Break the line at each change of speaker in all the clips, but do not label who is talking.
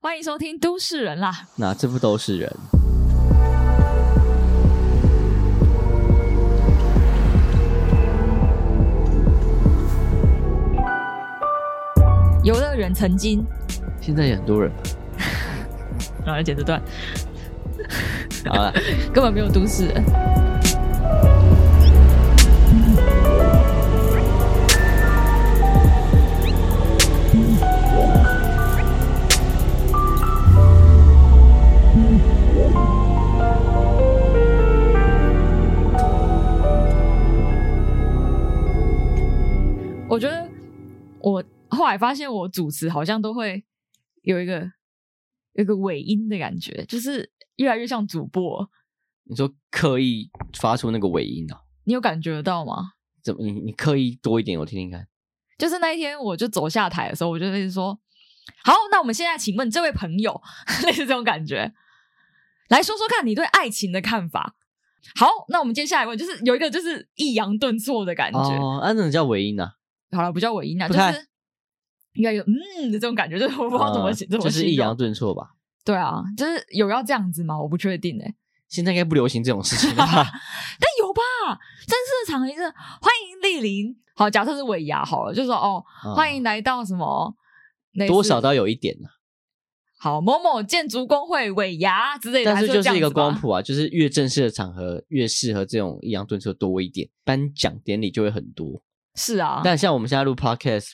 欢迎收听《都市人》啦。
哪这不都是人？
游乐园曾经，
现在也很多人吧。
然后来啊剪这段，
好了，
根本没有都市人。我觉得我后来发现，我主持好像都会有一个有一个尾音的感觉，就是越来越像主播。
你说刻意发出那个尾音啊？
你有感觉到吗？
怎么？你你刻意多一点，我听听看。
就是那一天，我就走下台的时候，我就一直说：“好，那我们现在请问这位朋友， 类似这种感觉，来说说看你对爱情的看法。”好，那我们接下来问，就是有一个就是抑扬顿挫的感觉。
哦，啊，那种叫尾音啊？
好了，不叫尾音啊，
不
就
太
是越来越嗯的这种感觉，就是我不知道怎么
嗯
形怎么
就是
形
抑
容
扬顿挫吧。
对啊，就是有要这样子吗？我不确定哎、
现在应该不流行这种 事情了嗯吧？
但有吧？正式的场合是欢迎莅临。好，假设是尾牙好了，就说哦，
嗯
欢迎来到什么类似
多少都要有一点呢。啊
好某某建筑工会尾牙之类的，
但是
还
就是
这
一个
样
光
子吧。
谱啊，就是越正式的场合越适合这种抑扬顿挫多一点，颁奖典礼就会很多。
是啊，
但像我们现在录 podcast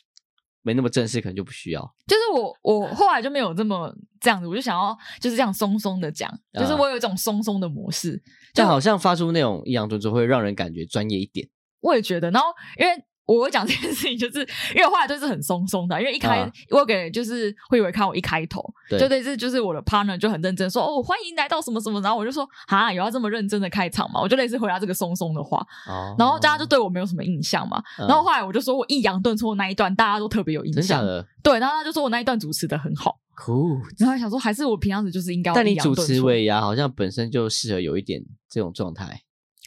没那么正式，可能就不需要。
就是我我后来就没有这么这样子，我就想要就是这样松松的讲，就是
啊
我有一种松松的模式，
但
就
好像发出那种抑扬顿挫会让人感觉专业一点。
我也觉得。然后因为我讲这件事情，就是因为我后来就是很松松的，因为一开、
啊
我给就是会有人看我一开头，
对
就类似就是我的 partner 就很认真说哦欢迎来到什么什么，然后我就说啊有要这么认真的开场吗？我就类似回答这个松松的话，
哦
然后大家就对我没有什么印象嘛。
嗯
然后后来我就说我抑扬顿挫那一段大家都特别有印
真假
象，
的
对，然后他就说我那一段主持的很好，
酷，
然后想说还是我平常时就是应该要
但
抑
你
扬
主
顿
持
挫
尾牙好像本身就适合有一点这种状态，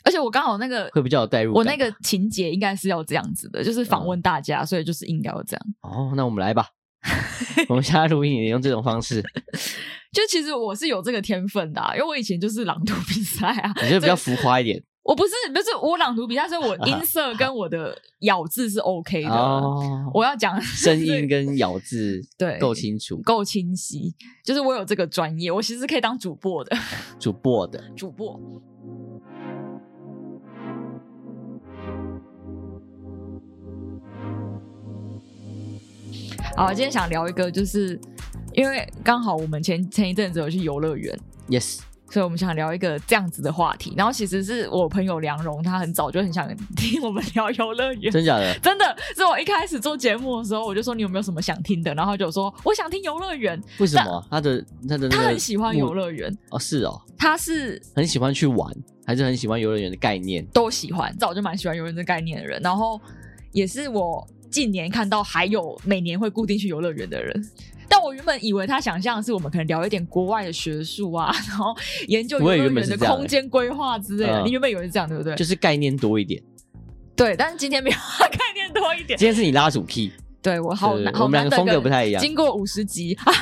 而且我刚好那个
会比较有代入
我
感吧。
那个情节应该是要这样子的，就是访问大家，所以就是应该要这样。
哦，那我们 来吧，我们现在录音也用这种方式，
就其实我是有这个天分的啊、因为我以前就是朗读比赛啊，
你就比较
所以
浮夸一点
我不是不是我朗读比赛，所以我音 色跟我的咬字是 OK 的。啊
哦。
我要讲的 是
声音跟咬字
对
够清楚，
够清晰，就是我有这个专业，我其实可以当主播的
主播的
主播。好，今天想聊一个，就是因为刚好我们前前一阵子有去游乐园，
，yes，
所以我们想聊一个这样子的话题。然后其实是我朋友梁荣，他很早就很想听我们聊游乐园。
真假的？
真的是我一开始做节目的时候，我就说你有没有什么想听的，然后他就说我想听游乐园，
为什么他的他的那个
他很喜欢游
目
乐园，
哦，是哦，
他是
很喜欢去玩，还是很喜欢游乐园的概念
都喜欢，早就蛮喜欢游乐园这概念的人，然后也是我近年看到还有每年会固定去游乐园的人。但我原本以为他想象的是我们可能聊一点国外的学术啊， 然后研究游乐
我也原
园
本
的
是这样
空间规划之类的。
嗯
你原本以为是这样，对不对？
就是概念多一点。
对，但是今天没有概念多一 点。
今天是你拉主 key，
对我好
对
难，
对
好
我们
难得
两个风格
跟
不太一样
经过五十集， 啊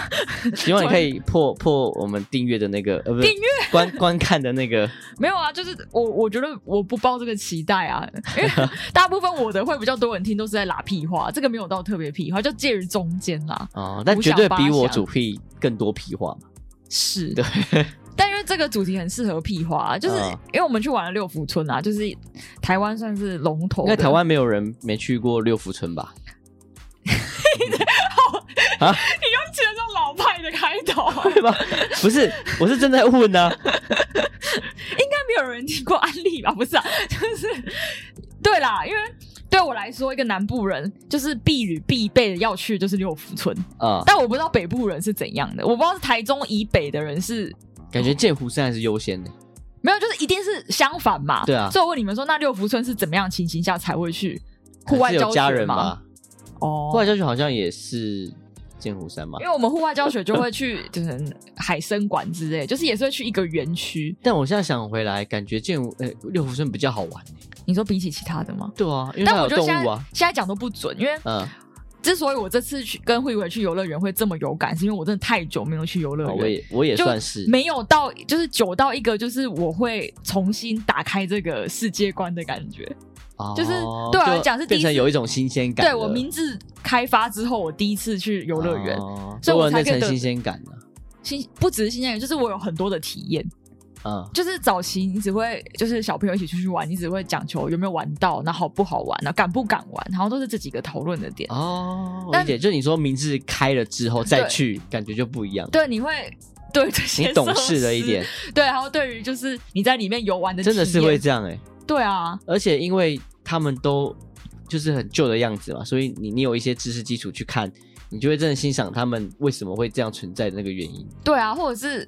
希望你可以破破我们订阅的那个呃，不是
订阅
观 观看的那个
没有啊，就是我我觉得我不抱这个期待啊，因为大部分我的会比较多人听都是在拉屁话，这个没有到特别屁话，就介于中间啦。
哦，但
五
绝
小
对
八
比我
小
主 key 更多屁话嘛。
是，
对，
但因为这个主题很适合屁话、啊就是
嗯
因为我们去玩了六福村啊，就是台湾算是龙头
应
的。
该 台湾没有人没去过六福村吧？
用起了这种老派的开头，啊
对吧？不是，我是正在问呢、啊。
应该没有人听过安利吧？不是啊， 就是对啦，因为对我来说，一个南部人就是必旅必备的要去就是六福村，
啊、
但我不知道北部人是怎样的，我不知道是台中以北的人是
感觉剑湖山还是优先的。
没有，就是一定是相反嘛。
对啊
所以我问你们说，那六福村是怎么样情形下才会去户
还
外
是
教
有
学
家人
吗？
吧？
哦
户，外教学好像也是剑湖山嘛
因。为我们户外教学就会去就是海参馆之类，就是也是会去一个园区。
但我现在想回来，感觉剑湖呃六福村比较好玩、欸。
你说比起其他的吗？
对啊，因为
但
它
我
有
觉得
动
现在
物啊。
现在讲都不准，因为
嗯，
之所以我这次去跟慧文去游乐园会这么有感，是因为我真的太久没有去游乐
哦
园，
我也我也
就
算是
没有到就是久到一个就是我会重新打开这个世界观的感觉。
哦
就是对我来
就
讲是第一
变成
次
有一种新鲜感了。
对我明智开发之后，我第一次去游乐园，
哦
所以我
多了
才
那
可以
层
得
新鲜感呢。
新不只是新鲜感，就是我有很多的体验。
嗯，
就是早期你只会就是小朋友一起出去玩，你只会讲求有没有玩到，然后好不好玩，然后敢不敢玩，然后都是这几个讨论的点。
哦，我
但
理解，就是你说明智开了之后再
对
去，感觉就不一样。
对，你会对这些
你懂
设
事了一
施
点，
对，然后对于就是你在里面游玩的
真的
体
是会
验
这样哎。
对啊，
而且因为他们都就是很旧的样子嘛，所以你你有一些知识基础去看，你就会真的欣赏他们为什么会这样存在的那个原因。
对啊，或者是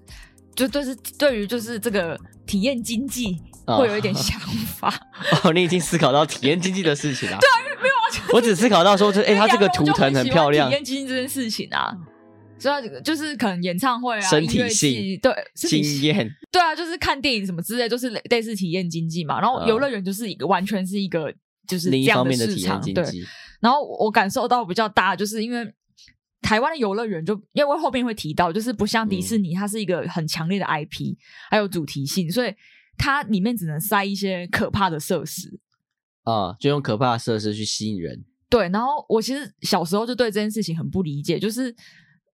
就对是对于就是这个体验经济
哦
会有一点想法，
哦，你已经思考到体验经济的事情 了。对，没有，我只思考到说，这哎，
因为
它这个
亚
图
洲就
腾很
喜欢
漂亮
体，验经济这件事情啊。所以它就是可能演唱会啊，
身体
音乐
性
季对身体
经
性
验
对啊，就是看电影什么之类，就是类类似体验经济嘛。然后
嗯
游乐园就是一个完全是一个就是
另
这
一
样
方面的
市
体验
场
经
对。
济。
然后我感受到比较大，就是因为台湾的游乐园就因为后面会提到，就是不像迪
嗯
士尼，它是一个很强烈的 IP，还有主题性，所以它里面只能塞一些可怕的设施。
啊、就用可怕的设施去吸引人。
对，然后我其实小时候就对这件事情很不理解，就是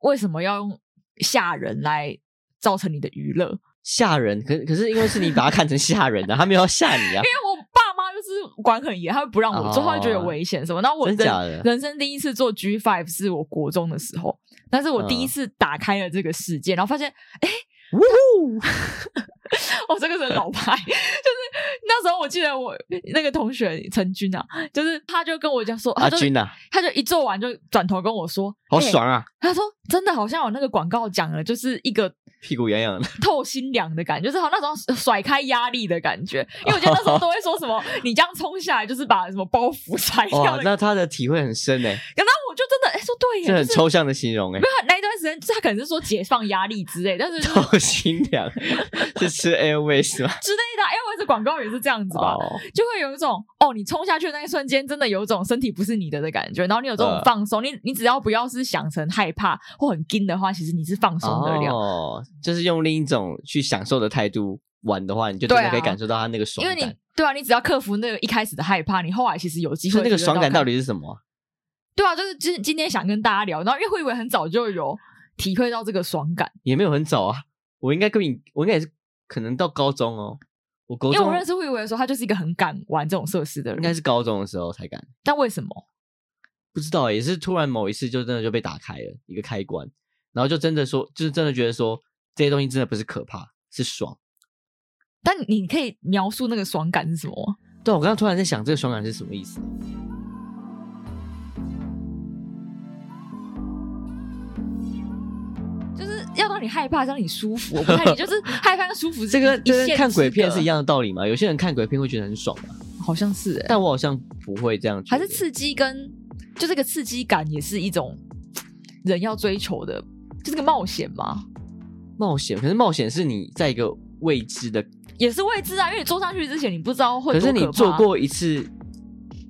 为什么要用吓人来造成你的娱乐？
吓人，可可是因为是你把它看成吓人 的、啊，他没有要吓你啊，
因为我爸妈就是管很严，他会不让我做，
哦
他会觉得有危险什么。那我
真假的
人生第一次做 G Five 是我国中的时候，但是我第一次打开了这个世界，然后发现，哎、
嗯呜
我、这个是很老牌， 就是那时候我记得我那个同学陈军啊，就是他就跟我讲说，他
阿
就、
军啊，
他就一做完就转头跟我说，
好
诶
爽啊，
他说真的好像有那个广告讲了，就是一个
屁股 痒痒的，
透心凉的感觉，就是好那种甩开压力的感觉。因为我觉得那时候都会说什么，你这样冲下来就是把什么包袱甩掉
哇
的。，
那他的体会很深哎、
然后我就真的哎、说对耶，
这很
就是。
抽象的形 容
没
哎、
有那一段时间，就是他可能是说解放压力之类，但是 就是
透心凉， 是吃 Airways 吗？
之类的啊，因为这广告也是这样子吧，
哦，
就会有一种哦，你冲下去的那一瞬间，真的有一种身体不是你的的感觉，然后你有这种
呃
放松，你你只要不要是想成害怕或很惊的话，其实你是放松得了。
哦，就是用另一种去享受的态度玩的话，你就真
对
的
啊
可以感受到他那个爽
因为
感。
你对啊，你只要克服那个一开始的害怕，你后来其实有机会
所以那个
觉得
爽感
看
到底是什么啊？
对啊，就是今今天想跟大家聊，然后因为慧文很早就有体会到这个爽感，
也没有很早啊，我应该跟你，我应该也是可能到高中哦，我高
因为
中
我认识慧文的时候，他就是一个很敢玩这种设施的
应该
人。
是高中的时候才敢。
但为什么？
不知道，也是突然某一次就真的就被打开了一个开关，然后就真的说，就是真的觉得说这些东西真的不是可怕，是爽。
但你可以描述那个爽感是什么吗？
对啊，我刚刚突然在想这个爽感是什么意思。
就是要让你害怕，让你舒服。我不 太理解，就是害怕跟舒服是
这个
一
就跟
线
看
之
鬼片
隔
是一，样的道理嘛？有些人看鬼片会觉得很爽嘛，
好像是哎、
但我好像不会这样觉
还
得。
是刺激跟就这个刺激感也是一种人要追求的，就是个冒险嘛，
冒险，可是冒险是你在一个未知的，
也是未知啊。因为你坐上去之前你不知道会
可
多
是
怕
你做过一次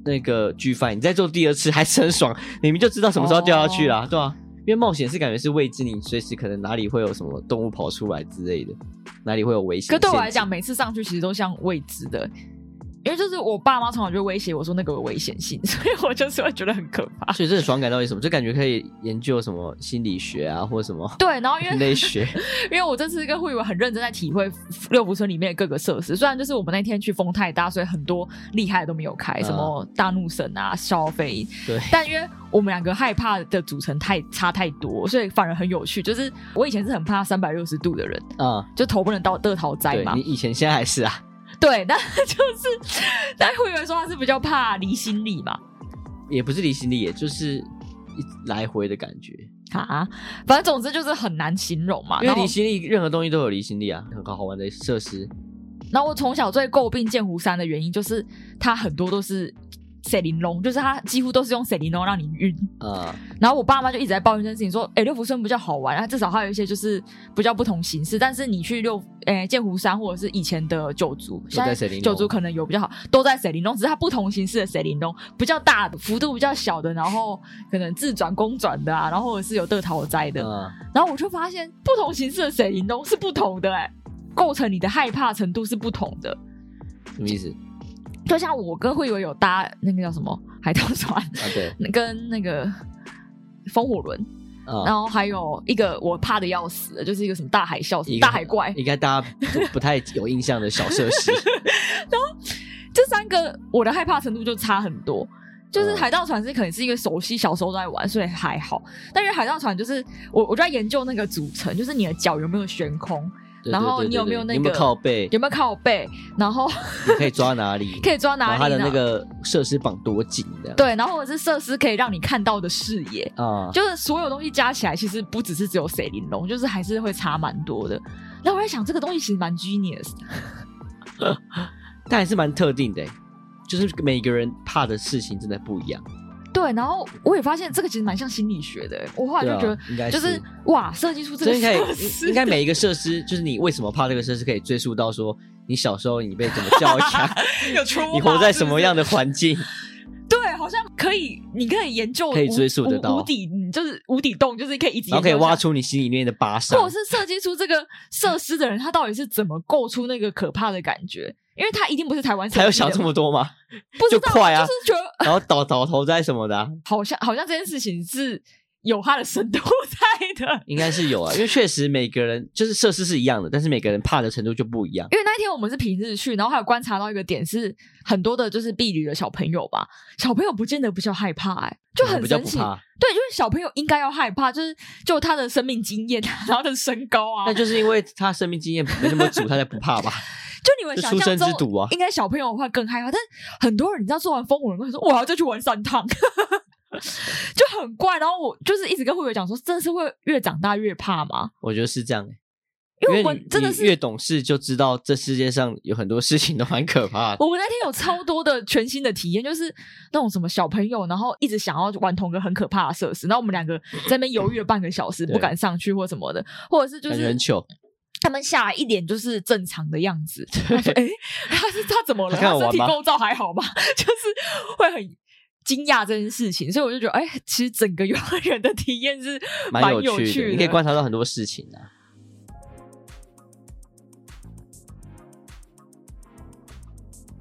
那个 G f 你再做第二次还是很爽，你们就知道什么时候掉下去
哦
啦，对啊？因为冒险是感觉是未知，你随时可能哪里会有什么动物跑出来之类的，哪里会有危险。
可对我来讲，，每次上去其实都像未知的，因为就是我爸妈从小就威胁我说那个有危险性， 所以我就是会觉得很可怕。
所以这个爽感到底是什么？就感觉可以研究什么心理学啊，或者什么
对，然后因为
人类学。
因为我这次跟慧文很认真在体会六福村里面的各个设施，虽然就是我们那天去风太大，所以很多厉害的都没有开，
嗯
什么大怒神啊、消费，
对，
但因为我们两个害怕的组成太差太多，所以反而很有趣。就是我以前是很怕三百六十度的人，
啊、
就头不能到得逃灾
对
嘛
你，以前现在还是啊，
对，那就是但慧文说他是比较怕离心力嘛。
也不是离心力，也就是一来回的感觉。
啊，反正总之就是很难形容嘛。
因
然
为
后
离心力，任何东西都有离心力啊，很好玩的设施。
然后我从小最诟病剑湖山的原因，就是它很多都是水玲珑，就是他几乎都是用水玲珑让你晕。
啊、
然后我爸妈就一直在抱怨这件事情，说：“哎、六福村比较好玩，啊，至少还有一些就是比较不同形式。但是你去六哎、剑湖山或者是以前的九族，
都
现
在
在
水玲珑
九族可能有比较好，都在水林中，只是它不同形式的水林中，比较大的幅度比较小的，然后可能自转公转的啊，然后或者是有得桃斋的。
啊、
然后我就发现不同形式的水林中是不同的、哎，构成你的害怕程度是不同的。
什么意思？啊
就像我跟慧友有搭那个叫什么海盗船，
啊， 对，
跟那个风火轮。”
啊，
然后还有一个我怕的要死的，就是一个什么大海啸、
一个
大海怪，
应该大家不不太有印象的小 设施，
这三个我的害怕程度就差很多。就是
嗯
海盗船是可能是一个熟悉，小时候都在玩，所以还好。但是海盗船就是我我就在研究那个组成，就是你的脚有没有悬空，
对
然后
对对
你
对
有没有
对
那
有没有
个
靠背？
有没有靠背，然后
你可以抓哪里？
可以抓
然
哪
后它
里
的
呢？
那个设施绑多紧的？
对，然后或者是设施可以让你看到的视野，
啊，
就是所有东西加起来，其实不只是只有水玲珑，就是还是会差蛮多的。然后我在想，这个东西其实蛮 genius 的
但还是蛮特定的欸，就是每个人怕的事情真的不一样。
对，然后我也发现这个其实蛮像心理学的欸，我后来
对
就
啊
觉得，
应该
就是哇，设计出这
所
个
以
设
可以，
施，
应该每一个设施，就是你为什么怕这个设施，可以追溯到说你小时候你被怎么 教 育啊，
有出
你活在什么样的环境，
对，好像可以，你可以研究
可以
无
追溯得
无
到
无底，你就是无底洞，就是可以一直
然后可以
研究
挖
下
出你心里面的疤
去，或者。
伤
是设计出这个设施的人，他到底是怎么构出那个可怕的感觉？因为他一定不是台湾设计
还
的，
有想这么多 吗？
不知
就
道
快啊
就是觉得
然后倒倒头栽什么的啊、
好像好像这件事情是有它的深度在的。
应该是有啊，因为确实每个人就是设施是一样的，但是每个人怕的程度就不一样。
因为那一天我们是平日去，然后还有观察到一个点是，很多的就是避旅的小朋友吧，小朋友不见得比较害怕、欸，就
我
很
嗯比较
神
不
奇。
怕，
对，就是小朋友应该要害怕，就是就他的生命经验，啊然后他的身高啊，
那
就
就是因为他生命经验没那么足，他才不怕吧？
你们
就
想
出
象
生之
中。
犊啊！
应该小朋友会更害怕，但很多人你知道做完风火轮会说：“我要再去玩三趟。” 就很怪。然后我就是一直跟慧慧讲说：“真的是会越长大越怕吗
我觉得是这样、欸，？”
因为
因
我
为
们
你
真的
你
是
越懂事，就知道这世界上有很多事情都蛮可怕的。
我们那天有超多的全新的体验，就是那种什么小朋友，然后一直想要玩同个很可怕的设施，然后我们两个在那边犹豫了半个小时，
对
不敢上去或什么的，或者是就
感觉
是
很糗，
他们下来一脸就是正常的样子，他说：“哎、他是他怎么了？
他看
他
我
身体
玩吗
构造还好吗？” 就是会很。惊讶这件事情，所以我就觉得，哎、其实整个幼儿园的体验是
蛮有
有
趣
趣
你可以观察到很多事情啊。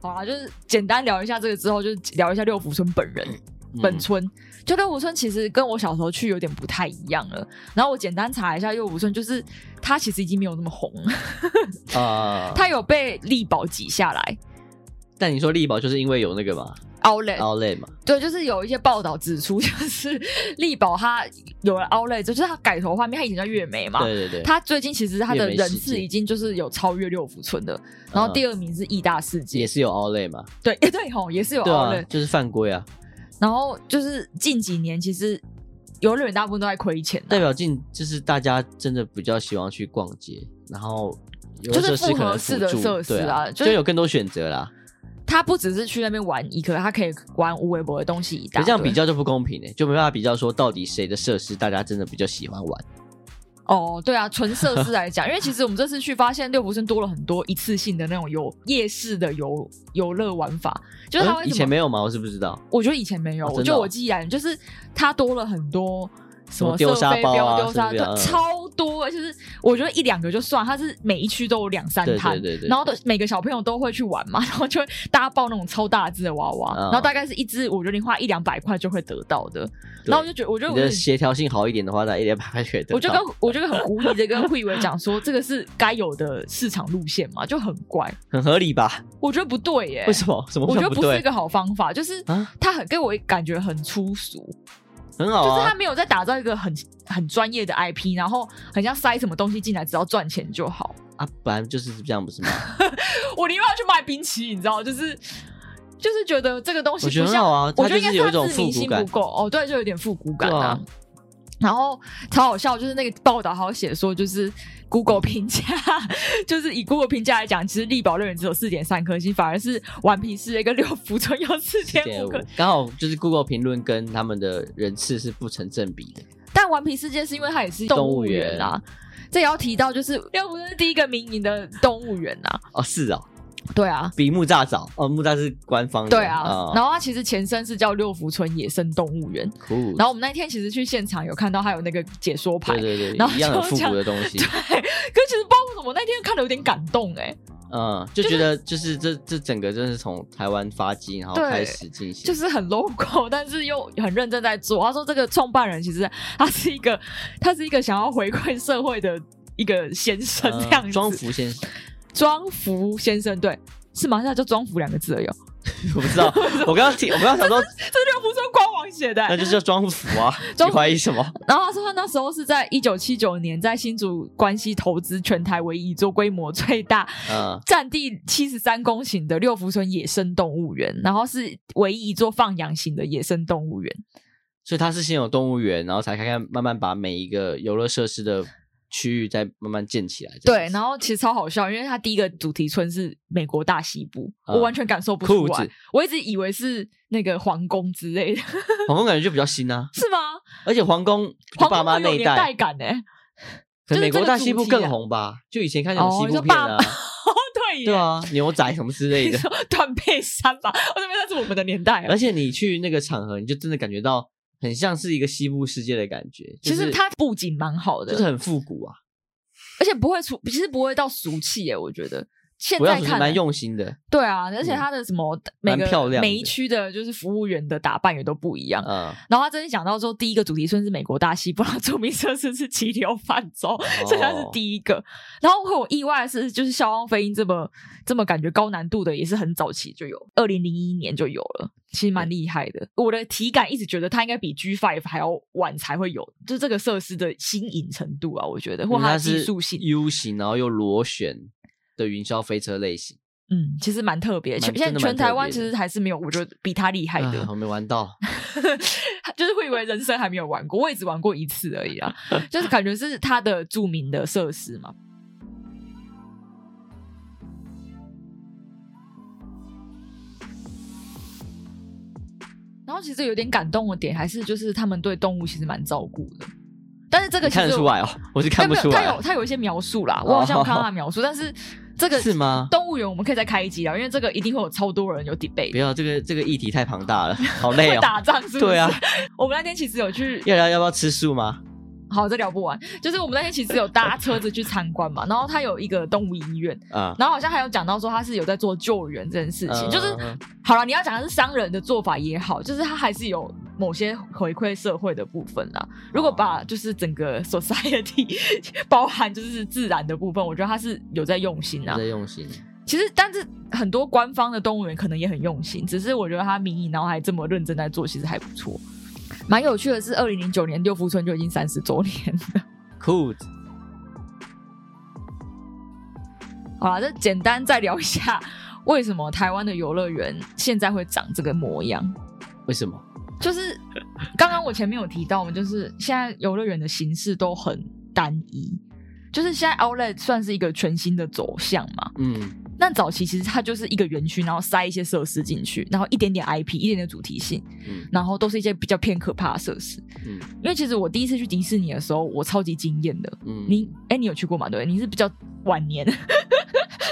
好啦，就是简单聊一下这个之后，就是聊一下六福村本人。
嗯
本村，就六福村其实跟我小时候去有点不太一样了。然后我简单查一下六福村，就是它其实已经没有那么红，
哦啊，
它有被力宝挤下来。
但你说力宝就是因为有那个嘛
Outlet，、
，outlet 嘛，
对，就是有一些报道指出，就是力宝它有了 Outlet，就是它改头换面，它以前叫月美嘛。
对对对，
它最近其实它的人次已经就是有超越六福村的，然后第二名是义大世界，
嗯也是有 outlet 嘛，
对， 哎、对吼，也是有
对
Outlet，、
啊，就是犯规啊，
然后就是近几年其实游乐园大部分都在亏钱、啊，
代表进就是大家真的比较喜欢去逛街，然后有
就是
设施
复
可能
合
辅
式的
助
设施
对啊，
啊就
就是有更多选择啦。
他不只是去那边玩一个，他可以玩无微博的东西一
可
大
这
堆。
样比较就不公平呢、欸就没办法比较说到底谁的设施大家真的比较喜欢玩。
哦，对啊，纯设施 来讲，因为其实我们这次去发现六福村多了很多一次性的那种游夜市的游游乐玩法，就是他
嗯
会
以
怎
前
么？
没有吗？我是不知道。
我觉得以前没有，
哦真的
我就
哦
我记忆来源就是他多了很多。什么
什么丢
射
沙
飞
包啊
镖、丢沙
是不是啊
对，超多，就是我觉得一两个就算，它是每一区都有两三
对
摊
对，对对。
然后都每个小朋友都会去玩嘛，然 后就会大家抱那种超大只的娃娃，
嗯
然后大概是一只，我觉得你花一两百块就会得到的。
对
然后我就觉得，我就
你
我
的
就
协调性好一点的话，那一点百块钱得到。
我就跟我就很狐疑的跟慧文讲说，这个是该有的市场路线嘛，就很怪，
很合理吧？
我觉得不对耶、
为什么？什么
我
叫
觉得
不
不是
对
一？个好方法，就是
啊
它很给我感觉很粗俗，
很好
就是
啊
它，没有在打造一个很很专业的 IP，然后很像塞什么东西进来，只要赚钱就好。
啊，本来就是这样，不是吗？
我宁愿要去卖冰淇淋，你知道，就是就是觉得这个东西
我觉得
不
很
像
好啊
我觉得
它就
应
是
该
有一
它
种
自明
复古
性
感
不够哦，对，就有点复古感
对
啊。
啊
然后超好笑，就是那个报道还有写说，就是 Google 评价，就是以 Google 评价来讲，其实力宝乐园只有四点三颗星，反而是顽皮世界跟六福村有四点五颗。
刚好就是 Google 评论跟他们的人次是不成正比的。
但顽皮世界是因为它也是动物园啊，这也要提到，就是六福村是第一个民营的动物园啊。
哦，是哦，
对啊，
比木栅早哦，木栅是官方的。
对啊。
哦
然后它其实前身是叫六福村野生动物园。
酷
然后我们那天其实去现场有看到它有那个解说牌，
对对对，
然后
一样很
就
复
讲
古的东西
对，。可其实不知道为什么那天看的有点感动哎、
嗯，就觉得就是这这整个真的是从台湾发迹，然后
对
开始进行，嗯
就是很 local，但是又很认真在做。他说这个创办人其实他是一个，他是一个想要回馈社会的一个先生
嗯
这样子。
庄福先 生，
庄福先生，对，是马上就庄福两个字而已哦。
我不知道，我刚刚听，我刚刚想说，
这是六福村官网写的欸、
那就是叫庄福啊，
庄
你怀疑什么？
然后他说他那时候是在一九七九年在新竹关西投资全台唯一做规模最大、
嗯，
占地七十三公顷的六福村野生动物园，然后是唯一一座放养型的野生动物园。
所以他是先有动物园，然后才看看慢慢把每一个游乐设施的区域再慢慢建起来。
对，然
后
后其实超好笑，因为它第一个主题村是美国大西部，
嗯
我完全感受不出
裤
来
子，
我一直以为是那个皇宫之类 的，
皇宫感觉就比较新啊，
是吗？
而且皇宫就
皇
爸
宫
妈
很有
那一
年代
代，
感哎、欸，
可
就
能
是
美国
这个
大西部
主题啊
更红吧？就以前看那种
哦
西
你说
部片
爸
啊，
哦， 对耶，
对啊，牛仔什么之 类
你
的。
说断背山吧，我这边那是我们的年代啊
而。且你去那个场合，你就真的感觉到很像是一个西部世界的感觉，
其
就是
实它布景蛮好的，
就是很复古啊，
而且不会出，其实不会到俗气耶、我觉得现
我要
在
说是
看
蛮
来
用心的，
对啊，而且它的什么每
蛮
个
漂亮的
每一区的就是服务员的打扮也都不一样，
嗯，
然后他真的讲到说，第一个主题村是美国大西部，然后著名设施是急流泛舟，所以它
哦
是第一个。然后会有意外的是，就是消防飞鹰这么这么感觉高难度的，也是很早期就有，二零零一年就有了，其实蛮厉害的。我的体感一直觉得它应该比 G Five 还要晚才会有，就这个设施的新颖程度啊，我觉得
因为
或它
它
的技
是
术性，
U 型，然后又螺旋的云霄飞车类型。
嗯，其实蛮特别。
蛮
全
真
现在
的
全
蛮特
台湾
别
其
的
实还是没有，我觉得比它厉害的
啊。我没玩到，
就是会以为人生还没有玩过，我也只玩过一次而 已啊，就是感觉是它的著名的设施嘛。然后其实有点感动的点，还是就是他们对动物其实蛮照顾的，但是这个
你
其实
看得出来哦，我是看不
没有
出
没有，
来
他
啊
有，他有一些描述啦，我好像有看到他的描述，但是这个
啊是吗？
动物园我们可以再开一集啦，因为这个一定会有超多人有 debate，
不要，这个这个议题太 庞大了，好累
会
哦。
打仗是不是？
对啊，
我们那天其实有去
要聊要不要吃素吗？
好，这聊不完。就是我们那天其实有搭车子去参观嘛，然后它有一个动物医院，
啊，
然后好像还有讲到说它是有在做救援这件事情。
嗯
就是好了，你要讲的是商人的做法也好，就是它还是有某些回馈社会的部分啦。如果
哦
把就是整个 society 包含就是自然的部分，我觉得它是有在用心啊
在。用心，
其实，但是很多官方的动物园可能也很用心，只是我觉得它民营然后还这么认真在做，其实还不错。蛮有趣的是，二零零九年六福村就已经三十周年了。
酷
好啦，这简单再聊一下， 为什么台湾的游乐园现在会长这个模样？
为什么？
就是刚刚我前面有提到嘛，就是现在游乐园的形式都很单一，就是现在 Outlet 算是一个全新的走向嘛。
嗯，
那早期其实它就是一个园区，然后塞一些设施进去，然后一点点 IP，一点点主题性，
嗯
然后都是一些比较偏可怕的设施。
嗯
因为其实我第一次去迪士尼的时候，我超级惊艳的。
嗯，
你哎，你有去过吗？对，你是比较晚年，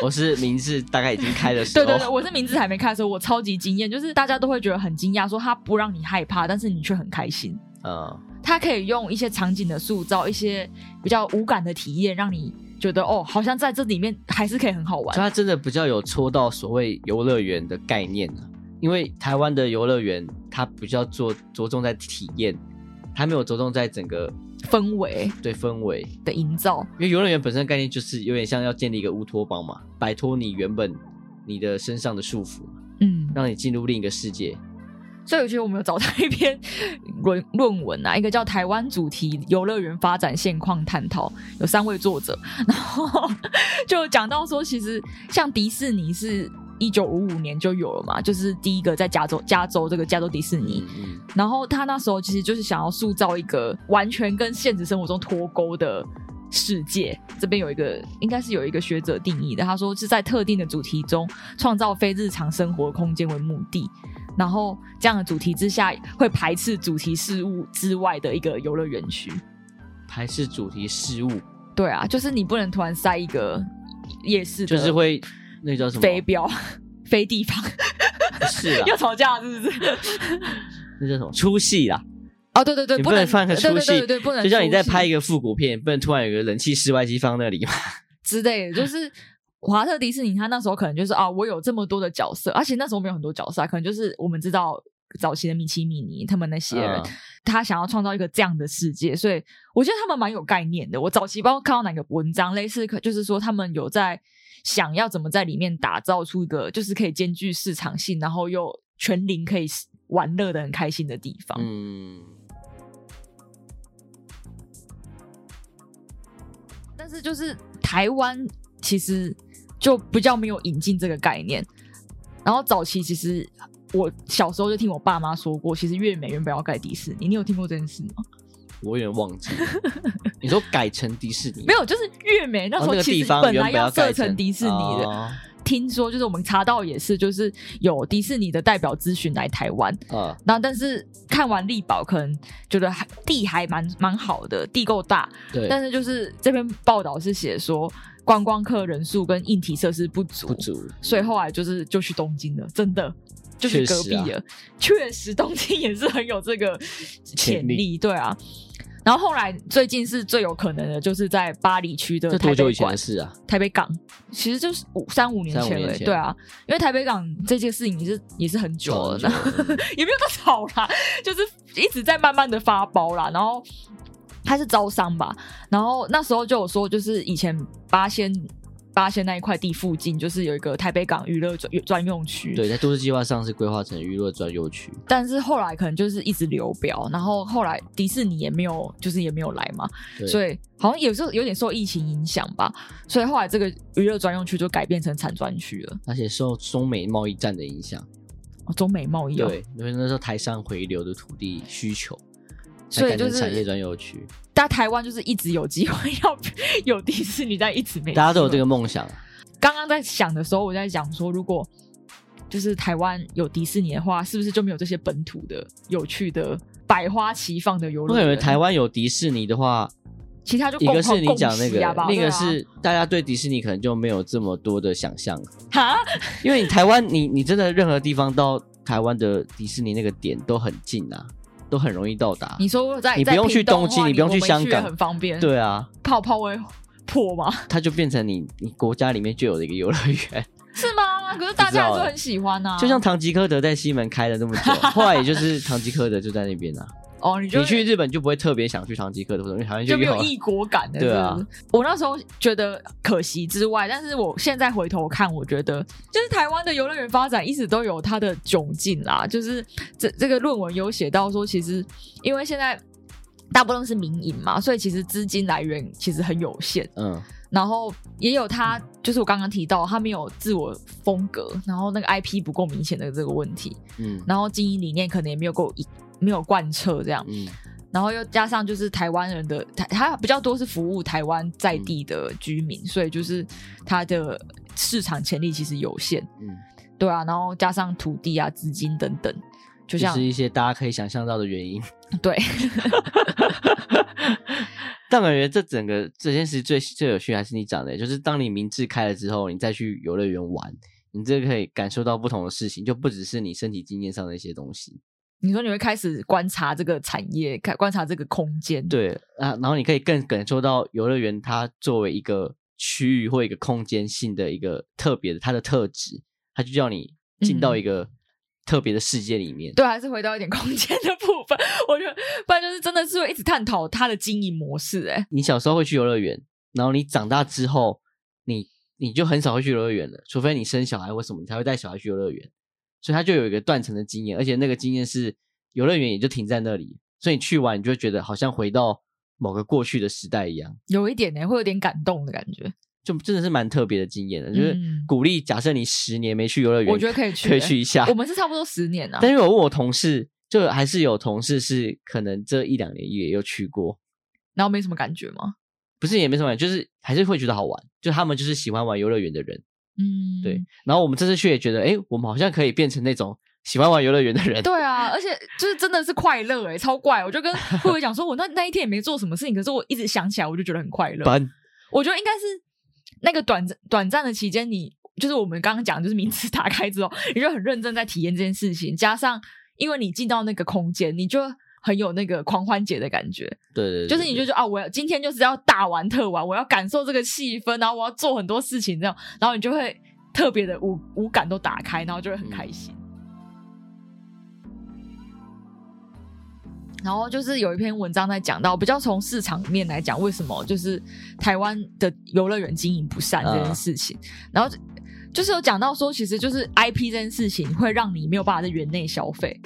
我是名字大概已经开的 时
对
候，
对对，我是名字还没看的时候，我超级惊艳，就是大家都会觉得很惊讶，说他不让你害怕，但是你却很开心。
嗯，
他可以用一些场景的塑造，一些比较无感的体验，让你觉得哦，好像在这里面还是可以很好
就
玩。
它真的比较有戳到所谓游乐园的概念啊，因为台湾的游乐园它比较着着重在体验，它没有着重在整个
氛围
对氛围，
的营造，
因为游乐园本身的概念就是有点像要建立一个乌托邦嘛，摆脱你原本你的身上的束缚，
嗯，
让你进入另一个世界。
所以我觉得我们有找到一篇论论文啊，一个叫《台湾主题游乐园发展现况探讨》，有三位作者，然后就讲到说，其实像迪士尼是一九五五年就有了嘛，就是第一个在加州加州这个加州迪士尼。
嗯
然后他那时候其实就是想要塑造一个完全跟现实生活中脱钩的世界。这边有一个，应该是有一个学者定义的，他说是在特定的主题中创造非日常生活空间为目的，然后这样的主题之下会排斥主题事物之外的一个游乐园区。
还是主题事物，
对啊，就是你不能突然塞一个夜市的
就是 会那叫什么？
飞镖、飞地方，
不是 啦
又，吵架是不是？
那叫什么？出戏啦，
哦，对对对，
你
不
不能
能
放个
对对
出戏
对对对，不能
就像你在
出戏
拍一个复古片，不能突然有个人气世外机放那里嘛。
之类的，就是华特迪士尼，他那时候可能就是啊，我有这么多的角色，而且那时候没有很多角色啊，可能就是我们知道早期的米奇、米妮他们那些人，
嗯
他想要创造一个这样的世界，所以我觉得他们蛮有概念的。我早期不知道看到哪个文章，类似可就是说他们有在想要怎么在里面打造出一个就是可以兼具市场性，然后又全龄可以玩乐的很开心的地方。
嗯，
但是就是台湾其实就比较没有引进这个概念。然后早期其实我小时候就听我爸妈说过，其实越美原本要盖迪士尼，你有听过这件事
嗯
吗？
我有点忘记了。你说改成迪士尼？
没有，就是越美那时
哦
候
那个
其
地
实
方
本
原
来
本要
设
盖成
迪士尼的。
哦
听说就是我们查到也是，就是有迪士尼的代表咨询来台湾，
啊，
然后但是看完力宝，可能觉得还地还蛮蛮好的，地够大，
对，
但是就是这篇报道是写说观光客人数跟硬体设施不足，
不足。
所以后来就是就去东京了，真的就是
确
隔
实啊
壁了。确实,、东京也是很有这个潜
力
力，对啊。然后后来最近是最有可能的，就是在巴黎区的
这
台
多久
北
以前
馆
的、事啊？
台北港，其实就是五三五年
三五
前
年
了，
前
对啊，因为台北港这件事情也是也是很久了，
超久了
也没有到吵啦，就是一直在慢慢的发包啦，然后他是招商吧，然后那时候就有说，就是以前八仙八仙那一块地附近，就是有一个台北港娱乐专专用区，
对，在都市计划上是规划成娱乐专用区。
但是后来可能就是一直流标，然后后来迪士尼也没有，就是也没有来嘛，
对
所以好像有时候有点受疫情影响吧，所以后来这个娱乐专用区就改变成产专区了，
而且受中美贸易战的影响，
哦中美贸易、哦，
对，因为那时候台商回流的土地需求，才
所以
改
就
成产业
是
专用区，
但台湾就是一直有机会要有迪士尼，但一直没，
大家都有这个梦想啊。
刚刚在想的时候，我在想说，如果就是台湾有迪士尼的话，是不是就没有这些本土的有趣的百花齐放的游
我
乐
感
园？
觉台湾有迪士尼的话，
其他就
一
共
个是你讲那
共
个
喜啊，吧
那
对
个
啊
是大家对迪士尼可能就没有这么多的想象，
哈，
因为你台湾，你你真的任何地方到台湾的迪士尼那个点都很近啊，都很容易到达。
你说在
你不用去东京
你
你不用去香港
我们很方便。，
对啊，
泡泡会破 吗？
它就变成你你国家里面就有的一个游乐园，
是吗？可是大
不知道
家还是
欸
很喜欢呐、啊。
就像唐吉诃德在西门开了那么 久，后来也就是唐吉诃德就在那边啊。
哦，你就
你去日本就不会特别想去唐吉诃德，因为好像
就没
有
有异国感的。
对啊
是不是，我那时候觉得可惜之外，但是我现在回头看，我觉得就是台湾的游乐园发展一直都有它的窘境啦。就是这这个论文有写到说，其实因为现在大部分是民营嘛，所以其实资金来源其实很有限。
嗯，
然后也有他，就是我刚刚提到，他没有自我风格，然后那个 IP 不够明显的这个问题，
嗯
然后经营理念可能也没有够没有贯彻这样。
嗯，
然后又加上就是台湾人的台，他比较多是服务台湾在地的居民，所以就是他的市场潜力其实有限，
嗯，
对啊，然后加上土地啊、资金等等，就
就
像
是一些大家可以想象到的原因。
对，
但感觉这整个这件事最最有趣还是你讲的，就是当你明智开了之后，你再去游乐园玩，你这可以感受到不同的事情，就不只是你身体经验上的一些东西。
你说你会开始观察这个产业，看观察这个空间，，
对啊，然后你可以更感受到游乐园它作为一个区域或一个空间性的一个特别的它的特质，它就叫你进到一个特别的世界里面。
对，还是回到一点空间的部分，我觉得不然就是真的是会一直探讨它的经营模式、欸，哎，
你小时候会去游乐园，然后你长大之后，你你就很少会去游乐园了，除非你生小孩或什么，你才会带小孩去游乐园。所以他就有一个断层的经验，而且那个经验是游乐园也就停在那里，所以你去完你就会觉得好像回到某个过去的时代一样，
哎有一点呢、会有点感动的感觉，
就真的是蛮特别的经验的，就是
嗯
鼓励。假设你十年没去游乐园，
我觉得可以去
可以
欸
去一下
我。们是差不多十年啊，
啊但是我问我同事，就还是有同事是可能这一两年也有去过，
然后没什么感觉吗？
不是也没什么感觉，就是还是会觉得好玩，就他们就是喜欢玩游乐园的人，
嗯，
对。然后我们这次去也觉得，哎，我们好像可以变成那种喜欢玩游乐园的人，
对啊，而且就是真的是快乐哎、超怪！我就跟慧慧讲说，我那那一天也没做什么事情，可是我一直想起来，我就觉得很快乐。
班
我觉得应该是那个短暂短暂的期间你，就是我们刚刚讲，就是名词打开之后，你就很认真在体验这件事情，加上因为你进到那个空间，你就很有那个狂欢节的感觉，
对对对，
就是你
对
就觉得啊，我要今天就是要大玩特玩，我要感受这个气氛，然后我要做很多事情，这样，然后你就会特别的五五感都打开，然后就会很
嗯
开心。然后就是有一篇文章在讲到，比较从市场面来讲，为什么就是台湾的游乐园经营不善这件
嗯
事情，然后就就是有讲到说，其实就是 IP 这件事情会让你没有办法在园内消费，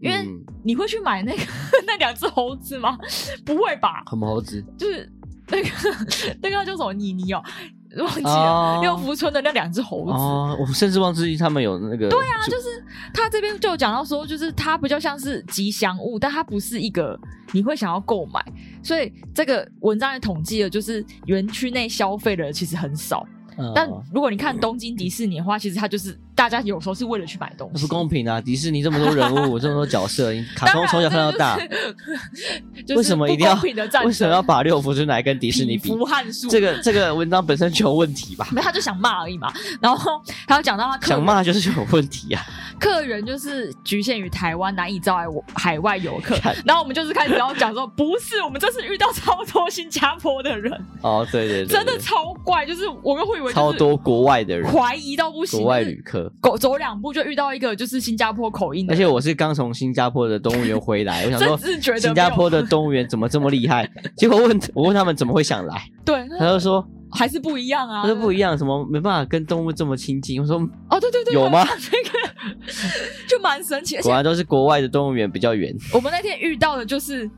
因为
嗯
你会去买那个 那两只猴子吗？不会吧，
很猴子
就是那个那个叫什么妮妮哦，忘记了
哦
六福村的那两只猴子。
哦，我甚至忘记他们有那个对啊，就是
他这边就有讲到说，就是它比较像是吉祥物，但它不是一个你会想要购买，所以这个文章也统计了，就是园区内消费的人其实很少。
哦呃
但如果你看东京迪士尼的话，其实它就是大家有时候是为了去买东
那
西
不，公平啊！迪士尼这么多人物，这么多角 色，你卡通从小看到大，
就是
为什么一定要
不公平的战争
为什么要把六福村拿来跟迪士尼
匹？
比
夫撼树
这个这个文章本身就有问题吧？
没有，他就想骂而已嘛。然后还有讲到他客
想
人
骂就是有问 题啊！
客源就是局限于台湾，难以招来我海外游 客
看。
然后我们就是开始要讲说，不是，我们这次遇到超多新加坡的人，
哦，对 对对对，
真的超怪，就是我跟慧以为
超多国外的人，
怀疑到不行，
国外旅客。
狗走两步就遇到一个就是新加坡口音的
而
人，
且我是刚从新加坡的动物园回来，我想
甚
说
至觉得没有
新加坡的动物园怎么这么厉害？ 结果问我问他们怎么会想来，
对，
他就说
还是不一样啊，
他说不一
样
样，什么没办法跟动物这么亲近。我说嗯
哦，对对对，
有吗
这个 就蛮神奇，而且
果然都是国外的动物园比较远
我们那天遇到的就是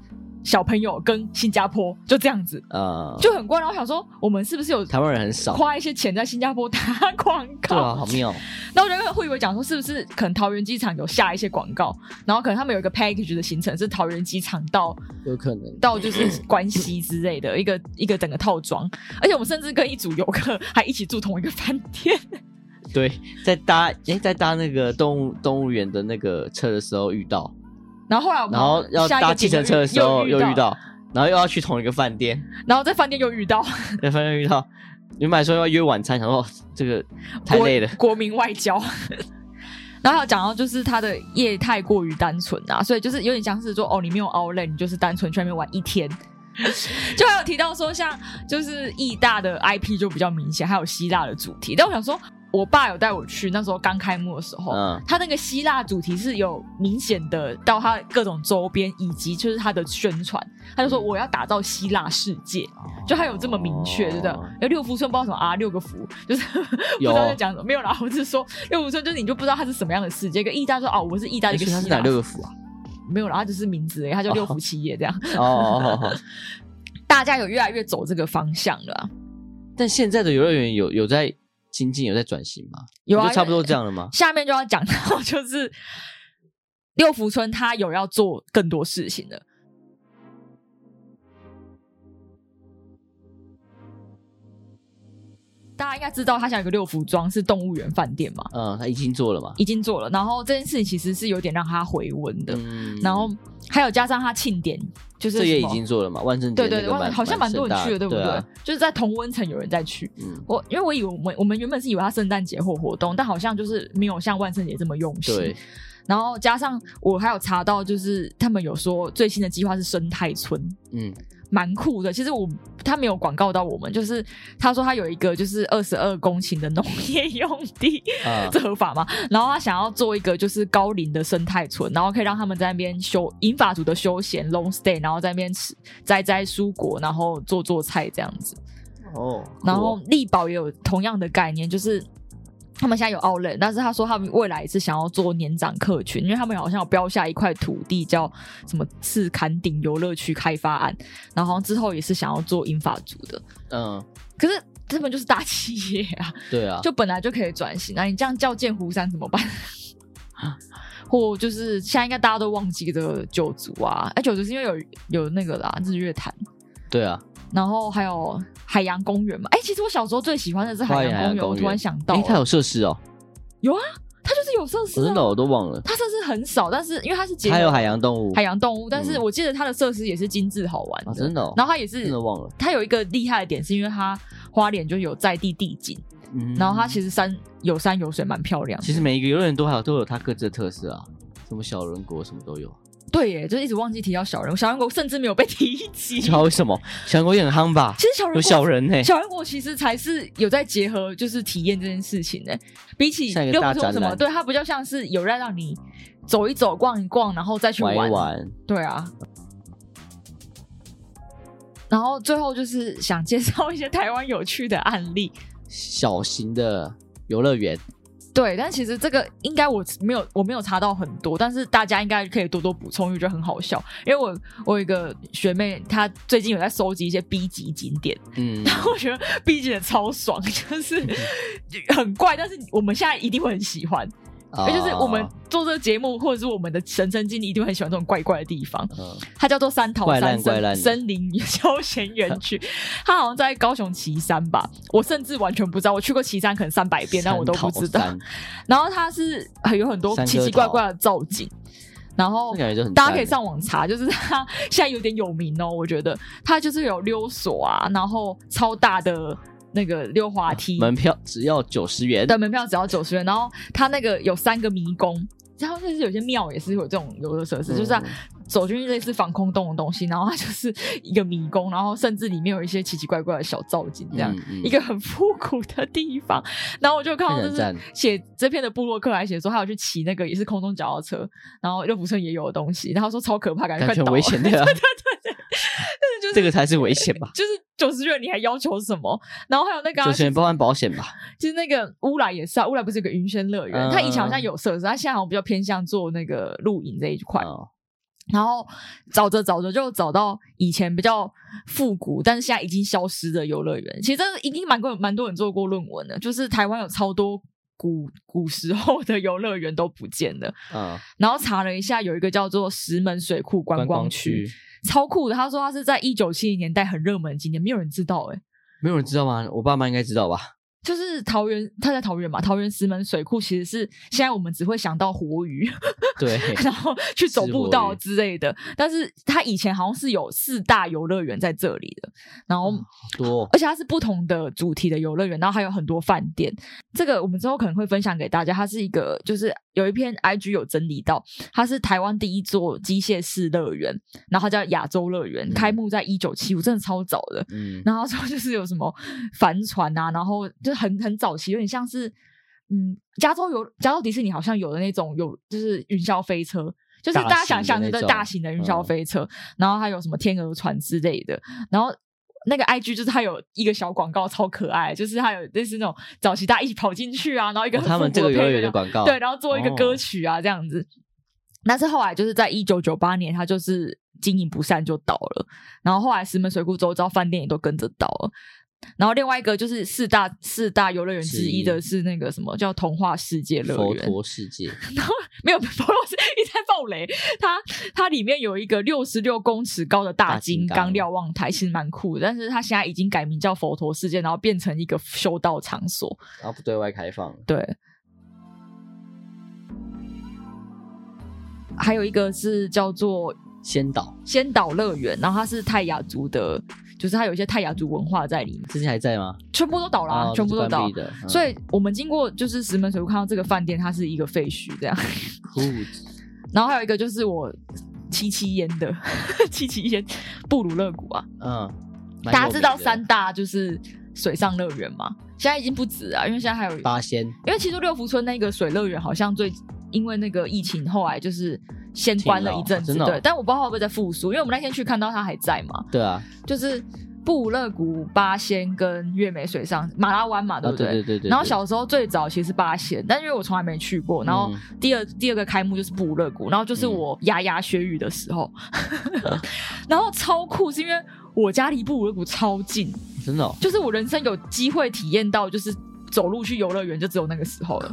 小朋友跟新加坡就这样子，
啊，
就很怪。然后我想说，我们是不是有
台湾人很少。
花一些钱在新加坡打广
对啊，
告？
好妙。
然后我就跟慧伟讲说，是不是可能桃园机场有下一些广告，然后可能他们有一个 package 的行程是桃园机场到
有可能。
到就是关西之类的一个一个整个套装，而且我们甚至跟一组游客还一起住同一个饭店，
对，在搭诶、在搭那个动物动物园的那个车的时候遇到，
然后后来我们
然后要
哦下一个
搭计程
景
车的时候
又
又遇，到，然后又要去同一个饭 店，
然后在饭店又遇到，
在饭店遇到，原本说要约晚餐，想说哦这个太累了，
国，国民外交。 然后还有讲到就是它的业太过于单纯啊，所以就是有点像是说哦，你没有 outlet，你就是单纯去那边玩一 天。就还有提到说，像就是意大的 IP 就比较明显，还有希腊的主题。但我想说，我爸有带我去，那时候刚开幕的时候，
嗯，
他那个希腊主题是有明显的到他各种周边以及就是他的宣传，他就
嗯
说我要打造希腊世界，就他有这么明确，对不对？有六福村不知道什么啊，六个福，就是 不知
哦有
道在讲什么，没有啦，我是说六福村就是你就不知道它是什么样的世界，跟意大说哦，我是意大
诶
利一个
所以它是
希
哪
腊，
六个府啊？
没有啦，它只是名字而已，它叫六福七叶这样。
哦哦哦哦，
大家有越来越走这个方向了啊、
但现在的游乐园有有在精进，有在转型吗？
有啊
不就差不多这样了吗？
下面就要讲到就是六福村，它有要做更多事情的。大家应该知道，它想有一个六福庄是动物园饭店嘛，
嗯，他已经做了嘛？
已经做了。然后这件事情其实是有点让它回温的。
嗯
然后还有加上它庆典，就是
这也
什
已
么
经做了嘛？万圣节
对对
那
对，
个
忘了好像蛮多人去的，对
盛
不
大
对？
对啊？
就是在同温层有人在去，
嗯，
我因为我以为我们我们原本是以为它圣诞节或活动，但好像就是没有像万圣节这么用心。
对，
然后加上我还有查到，就是他们有说最新的计划是生态村，
嗯，
蛮酷的。其实我他没有广告到我们，就是他说他有一个就是二十二公顷的农业用地，
啊
这合法吗？然后他想要做一个就是高龄的生态村，然后可以让他们在那边休银发族的休闲 long stay，然后在那边吃摘摘蔬果，然后做做菜这样子。
哦，
然
酷哦
后力宝也有同样的概念，就是他们现在有 Outlet，但是他说他们未来是想要做年长客群，因为他们好像有标下一块土地叫什么赤坎顶游乐区开发案，然后好像之后也是想要做英法族的。
嗯，
可是根本就是大企业啊，
对啊，
就本来就可以转型啊，你这样叫剑湖山怎么办？ 或就是现在应该大家都忘记的九族啊，哎、九族是因为有有那个啦日月潭，
对啊。
然后还有海洋公园嘛。哎、其实我小时候最喜欢的是海
花园海
洋
洋
公园，我
公
突然
园
想到
哎、
了，
它有设施哦，
它就是有设施、啊，
我真的我都忘了。
它设施很少，但是因为它是结
它
合
有海洋动物，
海洋动物，但是
嗯
我记得它的设施也是精致好玩的，
啊，真的、哦，
然后它也是
真的忘了。
它有一个厉害的点，是因为它花莲就有在地地景，
嗯，
然后它其实山有山有水，蛮漂亮的。
其实每一个游乐园都还有都有它各自的特色啊，什么小人国什么都有。
对耶，就是一直忘记提到小人国，小人国甚至没有被提及。
不知道为什么小人国也很夯吧？
其实小人
有
国
小人欸呢、
小人国其实才是有在结合就是体验这件事情的，比起
像一个
六
大
福村
展
什么，
览
对它比较像是有在让你走一走、逛一逛，然后再去
玩一玩，
对啊。然后最后就是想介绍一些台湾有趣的案例，
小型的游乐园，
对，但其实这个应该我没有我没有查到很多，但是大家应该可以多多补充，因为觉得很好笑。因为我我有一个学妹，她最近有在收集一些 B 级景点，
嗯，
然后我觉得 B 级的超爽，就是 很怪，但是我们现在一定会很喜欢。
啊
也哎就是我们做这个节目，或者是我们的神神经理一定会很喜欢这种怪怪的地方。
嗯
它叫做三桃
怪
山
烂怪烂
森
的
森林休闲园 区，它好像在高雄旗山吧，我甚至完全不知道，我去过旗山可能三百遍，但我都不知道。
山桃山
然后它是呃有很多
三颗
奇奇怪怪的造景，然后
这感觉就很
大家可以
赞
上网查，就是它现在有点有名哦，我觉得它就是有溜索啊，然后超大的那个溜滑梯，
啊门票只要九十元，
对，门票只要九十元，然后它那个有三个迷宫。然后就是有些庙也是有这种游乐设施，
嗯
就是、啊、走进去类似防空洞的东西，然后它就是一个迷宫，然后甚至里面有一些奇奇怪怪的小造景，这样、
嗯嗯
一个很复古的地方。然后我就看到
看起来
就
赞
是写这篇的部落客还写说，他有去骑那个也是空中脚踏车，然后六福村也有的东西，然后说超可怕，感觉
感
快
觉很
倒了
危险的、啊，
就是
这个才是危险 吧？
就是九十元，你还要求什么？然后还有那个、啊
九，十元包含保险吧？
其实那个乌来也是啊，乌来不是有个云轩乐园，
嗯
它以前好像有设施，它现在好像比较偏向做那个露营这一块。
哦，
然后找着找着就找到以前比较复古，但是现在已经消失的游乐园。其实这已经蛮多蛮多人做过论文的，就是台湾有超多古古时候的游乐园都不见了。
嗯，
然后查了一下，有一个叫做石门水库观
观
光
光
区，超酷的。他说他是在一九七零年代很热门的景点，没有人知道哎、
没有人知道吗？我爸妈应该知道 吧？
就是桃园，他在桃园嘛，桃园石门水库其实是现在我们只会想到活鱼，
对，
然后去走步道
吃活鱼
之类的。但是它以前好像是有四大游乐园在这里的，然后、
嗯多
而且它是不同的主题的游乐园，然后还有很多饭店。这个我们之后可能会分享给大家。它是一个，就是有一篇 IG 有整理到，它是台湾第一座机械式乐园，然后它叫亚洲乐园，
嗯
开幕在一九七五，真的超早的。
嗯，
然后之后就是有什么帆船啊，然后就是很很早期，有点像是嗯，加州有加州迪士尼好像有的那种有就是云霄飞车，就是
大
大家想
型
象
的那
的
种
大型的云霄
嗯
飞车，然后还有什么天鹅船之类的，然后。那个 IG 就是它有一个小广告，超可爱，就是它有类似那种早期大家一起跑进去啊，然后一个
哦
很
他们
复古
这个游
配
乐
乐然
园的
后
广告，
对，然后做一个歌
哦
曲啊、这样子。但是后来就是在一九九八年，他就是经营不善就倒了，然后后来石门水库周遭饭店也都跟着倒了。然后另外一个就是四大四大游乐园之一的是那个什么叫童话世界乐
佛
园，
陀世界，
没有，不 是一直在爆雷。它它里面有一个六十六公尺高的大
大金
金刚
刚
瞭望台，其实蛮酷的。但是它现在已经改名叫佛陀世界，然后变成一个修道场所。
然后不对外开放。
对。还有一个是叫做
先导
仙岛乐园，然后它是泰雅族的，就是它有一些泰雅族文化在里面，
之前还在吗？
全部都倒了啊、
哦
全部都
是关
倒
闭。的，嗯
所以我们经过就是石门水库看到这个饭店，它是一个废墟这样。
酷
然后还有一个就是我七七烟的七七烟布鲁勒谷啊，
嗯，蛮
大家
有
知
名
道
的
三大就是水上乐园吗？现在已经不止啊，因为现在还有
八仙
因为其实六福村那个水乐园好像最因为那个疫情，后来就是先关了一阵子，
停了真的哦
对。但我不知道它会不会再复苏，因为我们那天去看到它还在嘛，
对啊，
就是布勒谷、八仙跟月美水上马拉湾嘛，对
啊
不
对对对对，
然后
对
小时候最早其实是八仙，但因为我从来没去过，然后
嗯
第二、第二个开幕就是布 勒谷，然后就是我牙牙学语的时候，然后超酷是因为我家离布鲁谷超近，
真的、哦。
就是我人生有机会体验到，就是走路去游乐园，就只有那个时候了，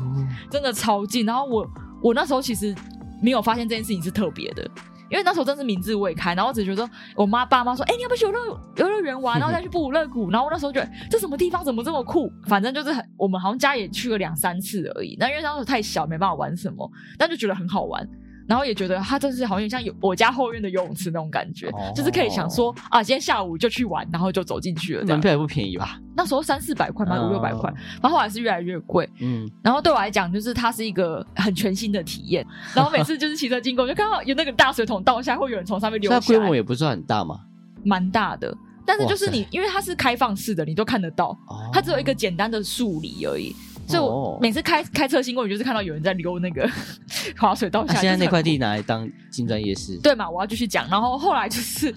真的超近。然后我我那时候其实没有发现这件事情是特别的，因为那时候真是明智未开，然后只觉得说我妈爸妈说，哎、你要不要去游乐游乐园玩，然后再去布鲁勒谷，然后我那时候觉得这什么地方怎么这么酷，反正就是很我们好像家也去了两三次而已，那因为那时候太小没办法玩什么，但就觉得很好玩。然后也觉得它真是好像有点像有我家后院的游泳池那种感觉，
哦
就是可以想说啊，今天下午就去玩，然后就走进去了这样
门。票也不嗯便宜吧？
那时候三四百块嘛，五六百块，然后后来是越来越贵。
嗯，
然后对我来讲，就是它是一个很全新的体验。然后每次就是骑车经过，就看到有那个大水桶倒下，会有人从上面溜
它
下
规模
来，
也不算很大嘛。
蛮大的。但是就是
哇
你，因为它是开放式的，你都看得到，
哦
它只有一个简单的树篱而已。所以我
哦
每次开开车经过，你就是看到有人在溜那个 滑水道下
那
来。
啊现在
就是
那
很
块地拿来当金砖夜市，，
对嘛，我要继续讲。然后后来就是，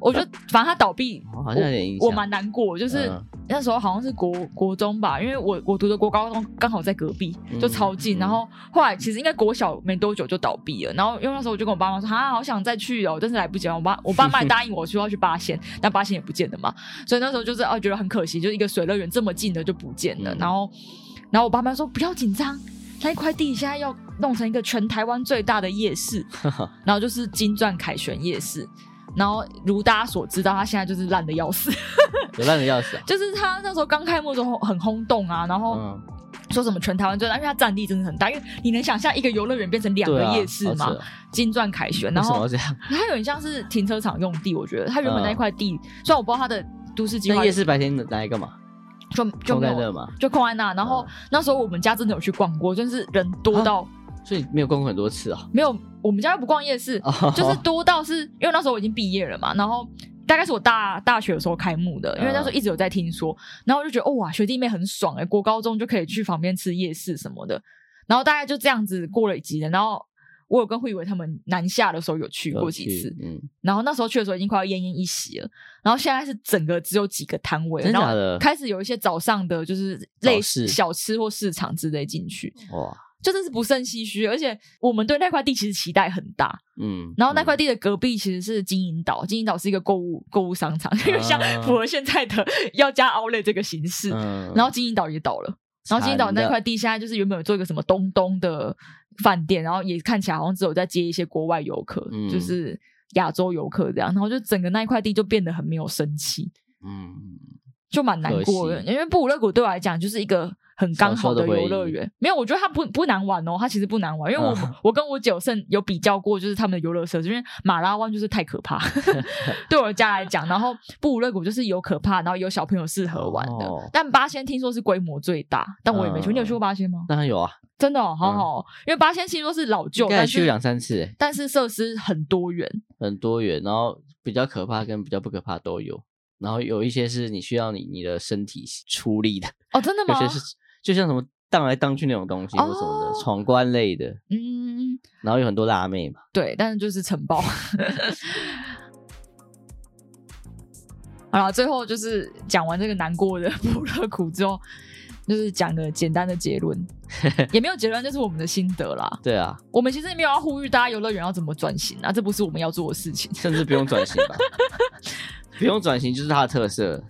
我就反正他倒 闭，
哦好像有点影响
我我蛮难过，就是、
嗯
那时候好像是国国中吧，因为我我读的国高中刚好在隔壁，就超近。
嗯嗯
然后后来其实应该国小没多久就倒闭了。然后因为那时候我就跟我爸妈说，啊，好想再去哦，但是来不及了。我 爸我爸妈也答应我说要去八仙，但八仙也不见了嘛，所以那时候就是哦、啊、觉得很可惜，就是一个水乐园这么近的就不见了。
嗯
然后然后我爸妈说不要紧张。那一块地现在要弄成一个全台湾最大的夜 市，然后就是金钻凯旋夜市，然后如大家所知道，它现在就是烂的要死，
有烂的要死啊。
就是它那时候刚开幕的时候很轰动啊，然后
嗯，
说什么全台湾最大，因为它占地真的很大，因为你能想象一个游乐园变成两
对
个
啊
夜市
好扯
吗？
哦
金钻凯旋，
为
然
什么
后
要这样？
它有点像是停车场用地，我觉得它原本那一块地，虽然我不知道它的都市计划
那夜市白天拿来干嘛？
就就
空
没
在
有
那嗯嘛，
就空在那，然后、那时候我们家真的有去逛过，就是人多到、
啊所以没有逛过很多次啊。
没有，我们家又不逛夜市，
哦
就是多到是因为那时候我已经毕业了嘛，然后大概是我大大学的时候开幕的，因为那时
嗯
候一直有在听说，然后我就觉得哦哇，学弟妹很爽哎、国高中就可以去旁边吃夜市什么的，然后大概就这样子过了几年，然后我有跟慧伟他们南下的时候有去过几次，
有趣 嗯，
然后那时候去的时候已经快要奄奄一息了，然后现在是整个只有几个摊位，
真
然
假
后
的
开始有一些早上的就是类
早市
小吃或市场之类进去，
哇，
就真是不胜唏嘘，而且我们对那块地其实期待很大，
嗯，
然后那块地的隔壁其实是金银岛，金银岛是一个购物购物商场，有点像
啊
符合现在的要加 Outlet 这个形式。
嗯，嗯
然后金银岛也倒了，然后金银岛那块地现在就是原本有做一个什么东东的饭店，然后也看起来好像只有在接一些国外游客，
嗯
就是亚洲游客这样，然后就整个那一块地就变得很没有生气，
嗯，
就蛮难过的。
可
因为布鲁勒谷对我来讲就是一个很刚好的
小时候的回
游
忆
乐园，没有，我觉得它不不难玩哦，它其实不难玩，因为我、
嗯
我跟我姐有甚有比较过，就是他们的游乐设施，因为马拉湾就是太可 怕，对我家来讲，然后布鲁勒谷就是有可怕，然后有小朋友适合玩的，
哦
但八仙听说是规模最大，但我也没去，
嗯
你有去过八仙吗？
当然有啊，
真的、哦，好好、哦，因为八仙听说是老旧，
应该
但
也去了
是
两三次，欸
但是设施很多元，
很多元，然后比较可怕跟比较不可怕都有，然后有一些是你需要你你的身体出力的，
哦，真的
有
吗？
些是就像什么荡来荡去那种东西或什么的，
哦
闯关类的，
嗯。
然后有很多辣妹嘛，
对，但是就是承包。 好了，最后就是讲完这个难过的 布勒苦之后，就是讲个简单的结 论，也没有结论，就是我们的心得啦。
对啊，
我们其实也没有要呼吁大家游乐园要怎么转型啊，这不是我们要做的事情。
甚至不用转型吧， 不用转型就是它的特色，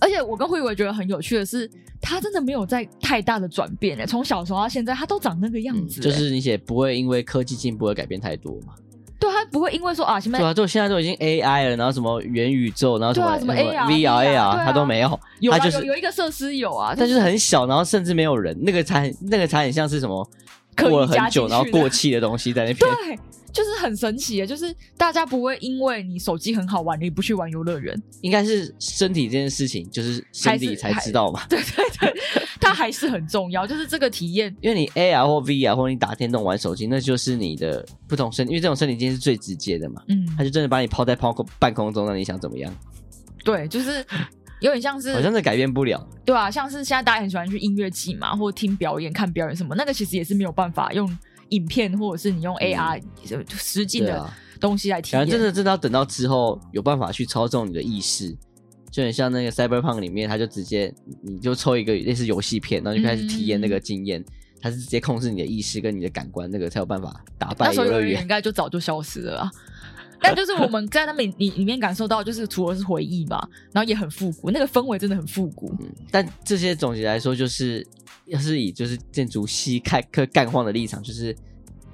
而且我跟慧伟觉得很有趣的是，他真的没有在太大的转变、欸，从小时候到现在，他都长那个样
嗯，
子欸、
就是你也不会因为科技进步而改变太多嘛，
对他不会因为说啊，现在
对啊，就现在都已经 AI 了，然后什么元宇宙，然后什
对
么
啊什么 AR
VR
对
AR，
啊
它都没有，
有
他
啊、
就是
有有一个设施有啊，
但就是很小，然后甚至没有人，那个才很那个才很像是什么
刻意
过了很
加进
久
去
然后
的
过气的东西在那边。
对，就是很神奇耶，就是大家不会因为你手机很好玩，你不去玩游乐园，
应该是身体这件事情，就是身体才知道嘛。
对对对，它
嗯
还是很重要，就是这个体验。
因为你 AR 或 VR 或你打电动玩手机，那就是你的不同身，因为这种身体经验是最直接的嘛。
嗯，
他就真的把你抛在抛空半空中，让你想怎么样，
对，就是有点像
好
是
像是改变不了。
对啊，像是现在大家很喜欢去音乐季嘛，或听表演、看表演什么，那个其实也是没有办法用影片或者是你用 AR 呃实境
嗯对
的
啊，
东西来体
反
验。
正真的真的要等到之后有办法去操纵你的意识，就很像那个 Cyberpunk 里面，他就直接你就抽一个类似游戏片，然后就开始体
嗯
验那个经验。他是直接控制你的意识跟你的感官，那个才有办法打败
那时
游
候游
乐
乐园
园
应。该就早就消失了啦。啊 但就是我们在他们里里面感受到，就是除了是回忆嘛，然后也很复古，那个氛围真的很复古。
但这些总结来说，就是要是以就是建筑系看科干晃的立场，就是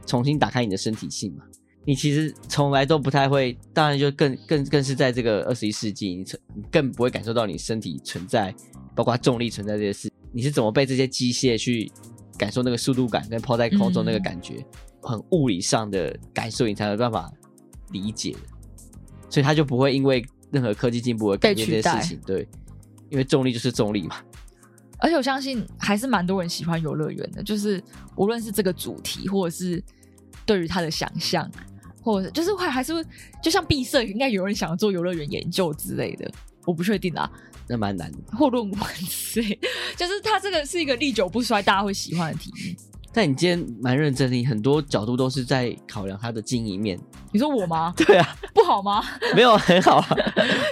重新打开你的身体性嘛。你其实从来都不太会，当然就更更更是在这个二十一世纪，你存你更不会感受到你身体存在，包括重力存在这些事。你是怎么被这些机械去感受那个速度感跟抛在空中那个感觉，很物理上的感受，你才有办法理解的。所以它就不会因为任何科技进步而改变这
被取
件
代
事情，对，因为重力就是重力嘛。
而且我相信还是蛮多人喜欢游乐园的，就是无论是这个主题，或者是对于它的想象，或者是就是会还是会，就像闭塞，应该有人想要做游乐园研究之类的，我不确定啊，
那蛮难的吧。
或论文之类， 就是它这个是一个历久不衰，大家会喜欢的题目。
但你今天蛮认真的，你很多角度都是在考量它的经 营面。
你说我吗？
对啊，
不好吗？
没有很 好啊，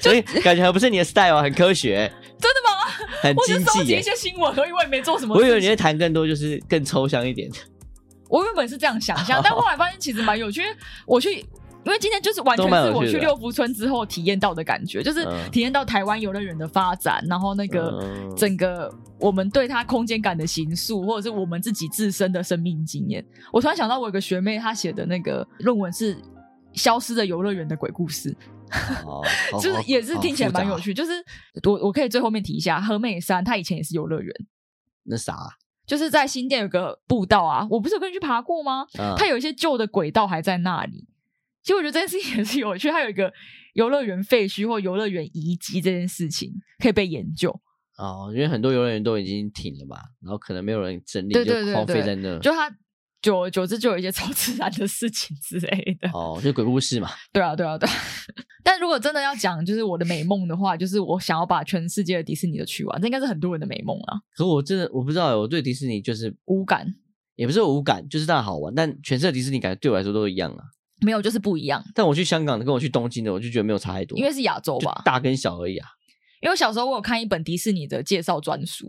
所以感觉还不是你的 style，啊很科学，
真的吗？
很
我只
经
收
济
集一
耶。
些新闻而已，我也没做什么
我
事情。
以为你会谈更多，就是更抽象一点，
我原本是这样想象，但后来发现其实蛮有趣。因为我去，因为今天就是完全
都蛮有
是我
趣的
去六福村之后体验到的感觉，就是
嗯
体验到台湾游乐园的发展，然后那个
嗯
整个我们对它空间感的形塑，或者是我们自己自身的生命经验。我突然想到，我有个学妹她写的那个论文是《消失的游乐园的鬼故事》，
哦，
就是也是听起来蛮有
趣。
趣。就是我我可以最后面提一下，和美山它以前也是游乐园。
那啥啊，
就是在新店有个步道啊，我不是有跟你去爬过吗？
嗯
它有一些旧的轨道还在那里。其实我觉得这件事情也是有趣，它有一个游乐园废墟或游乐园遗迹这件事情可以被研究。
哦，因为很多游乐园都已经停了吧，然后可能没有人整理，
对对
就
对
荒废
对
在那。
就它久而久之就有一些超自然的事情之类 的。
哦，就鬼故事嘛，
对啊，对啊， 对啊。但如果真的要讲就是我的美梦的话，就是我想要把全世界的迪士尼都去完，这应该是很多人的美梦啊，
可我真的我不知道耶，欸我对迪士尼就是
无感
也不是无感，就是当然好玩，但全世界迪士尼感觉对我来说都一样啊。
没有就是不一样，
但我去香港的跟我去东京的，我就觉得没有差太多，
因为是亚洲
就
吧。
大跟小而已啊。
因为我小时候我有看一本迪士尼的介绍专书，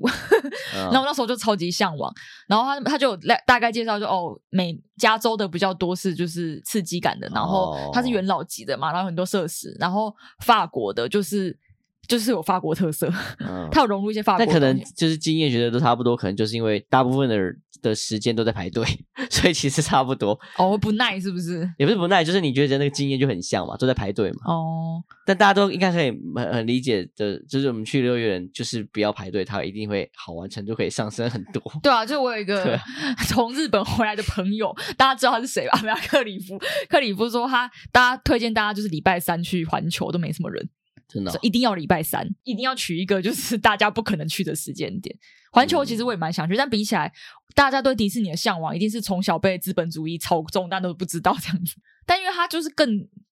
嗯
然后我那时候就超级向往，然后他他就有大大概介绍就哦，美加州的比较多是就是刺激感的，然后
哦
它是元老级的嘛，然后很多设施，然后法国的就是就是有法国特色，
嗯
它有融入一些法国
但
的东
可
西，
能就是经验学的都差不多，可能就是因为大部分的人的时间都在排队， 所以其实差不多，
哦不耐是不是？
也不是不耐，就是你觉得那个经验就很像嘛，都在排队嘛。
哦，
但大家都应该可以很很理解的，就是我们去六月人就是不要排队，它一定会好玩程度可以上升很多。
对啊，就我有一
对
个
啊
从日本回来的朋友，大家知道他是谁吧？ 没有克里夫，克里夫说他大家推荐大家就是礼拜三去环球都没什么人。
真的哦、
所以一定要礼拜三，一定要取一个就是大家不可能去的时间点。环球
嗯
其实我也蛮想去，但比起来，大家对迪士尼的向往一定是从小被资本主义操纵，但都不知道这样子。但因为它就是更，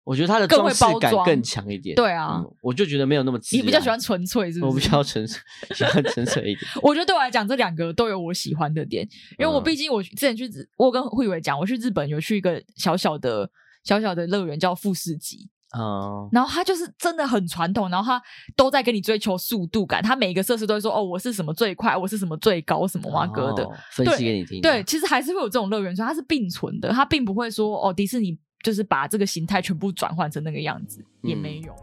我觉得它的
更会
装饰
包
感
装
更强一点。
对啊
嗯我就觉得没有那么自
你
然。
比较喜欢纯粹，是
我
不
比
是？
较纯粹，喜欢纯粹一点。
我觉得对我来讲，这两个都有我喜欢的点，因为我
嗯
毕竟我之前去日，我有跟慧伟讲，我去日本有去一个小小的小小的乐园叫富士急，
嗯，
然后他就是真的很传统，然后他都在跟你追求速度感，他每一个设施都会说哦，我是什么最快，我是什么最高，什么哇哥的。
哦分析给你听。
对，，其实还是会有这种乐园，所以它是并存的，它并不会说哦，迪士尼就是把这个形态全部转换成那个样子，也
嗯
没有。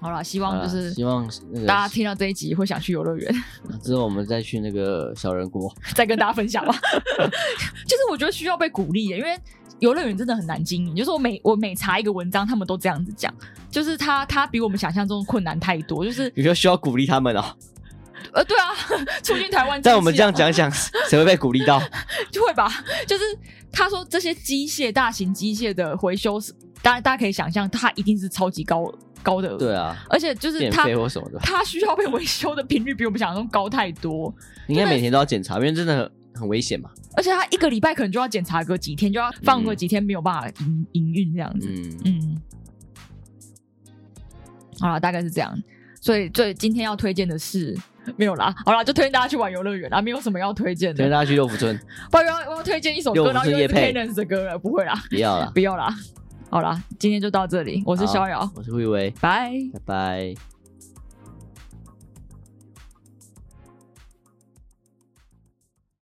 好啦，希望
啊
就是
希望那个
大家听到这一集会想去游乐园，
之后我们再去那个小人国。
再跟大家分享吧。 就是我觉得需要被鼓励耶，因为游乐园真的很难经营。就是我每我每查一个文章，他们都这样子讲，就是它它比我们想象中困难太多。就是
你说需要鼓励他们哦。
呃，对啊， 促进台湾经济啊。
但我们这样讲讲，
啊
谁会被鼓励到？
就会吧？就是他说这些机械大型机械的回修是，大家大家可以想象，它一定是超级高高的，
对，啊，
而且就是
电
它
费或什么的，
它需要被维修的频率比我们想象中高太多。
你应该每天都要检查，因为真的很很危险嘛。
而且他一个礼拜可能就要检查个几天，就要放个几天没有办法营营运这样子。
嗯，
嗯，好啦，大概是这样。所以最今天要推荐的是没有啦，好啦，就推荐大家去玩游乐园啦，没有什么要推荐
推
的。
荐大家去六福村，
不然我要推荐一首
又
歌，
不
然后
是
又是
业配
Canons 的歌了，不会啦，
不要啦。
不要啦。好啦，今天就到这里，我
我
是逍遥，
我是慧薇，
拜。
拜拜。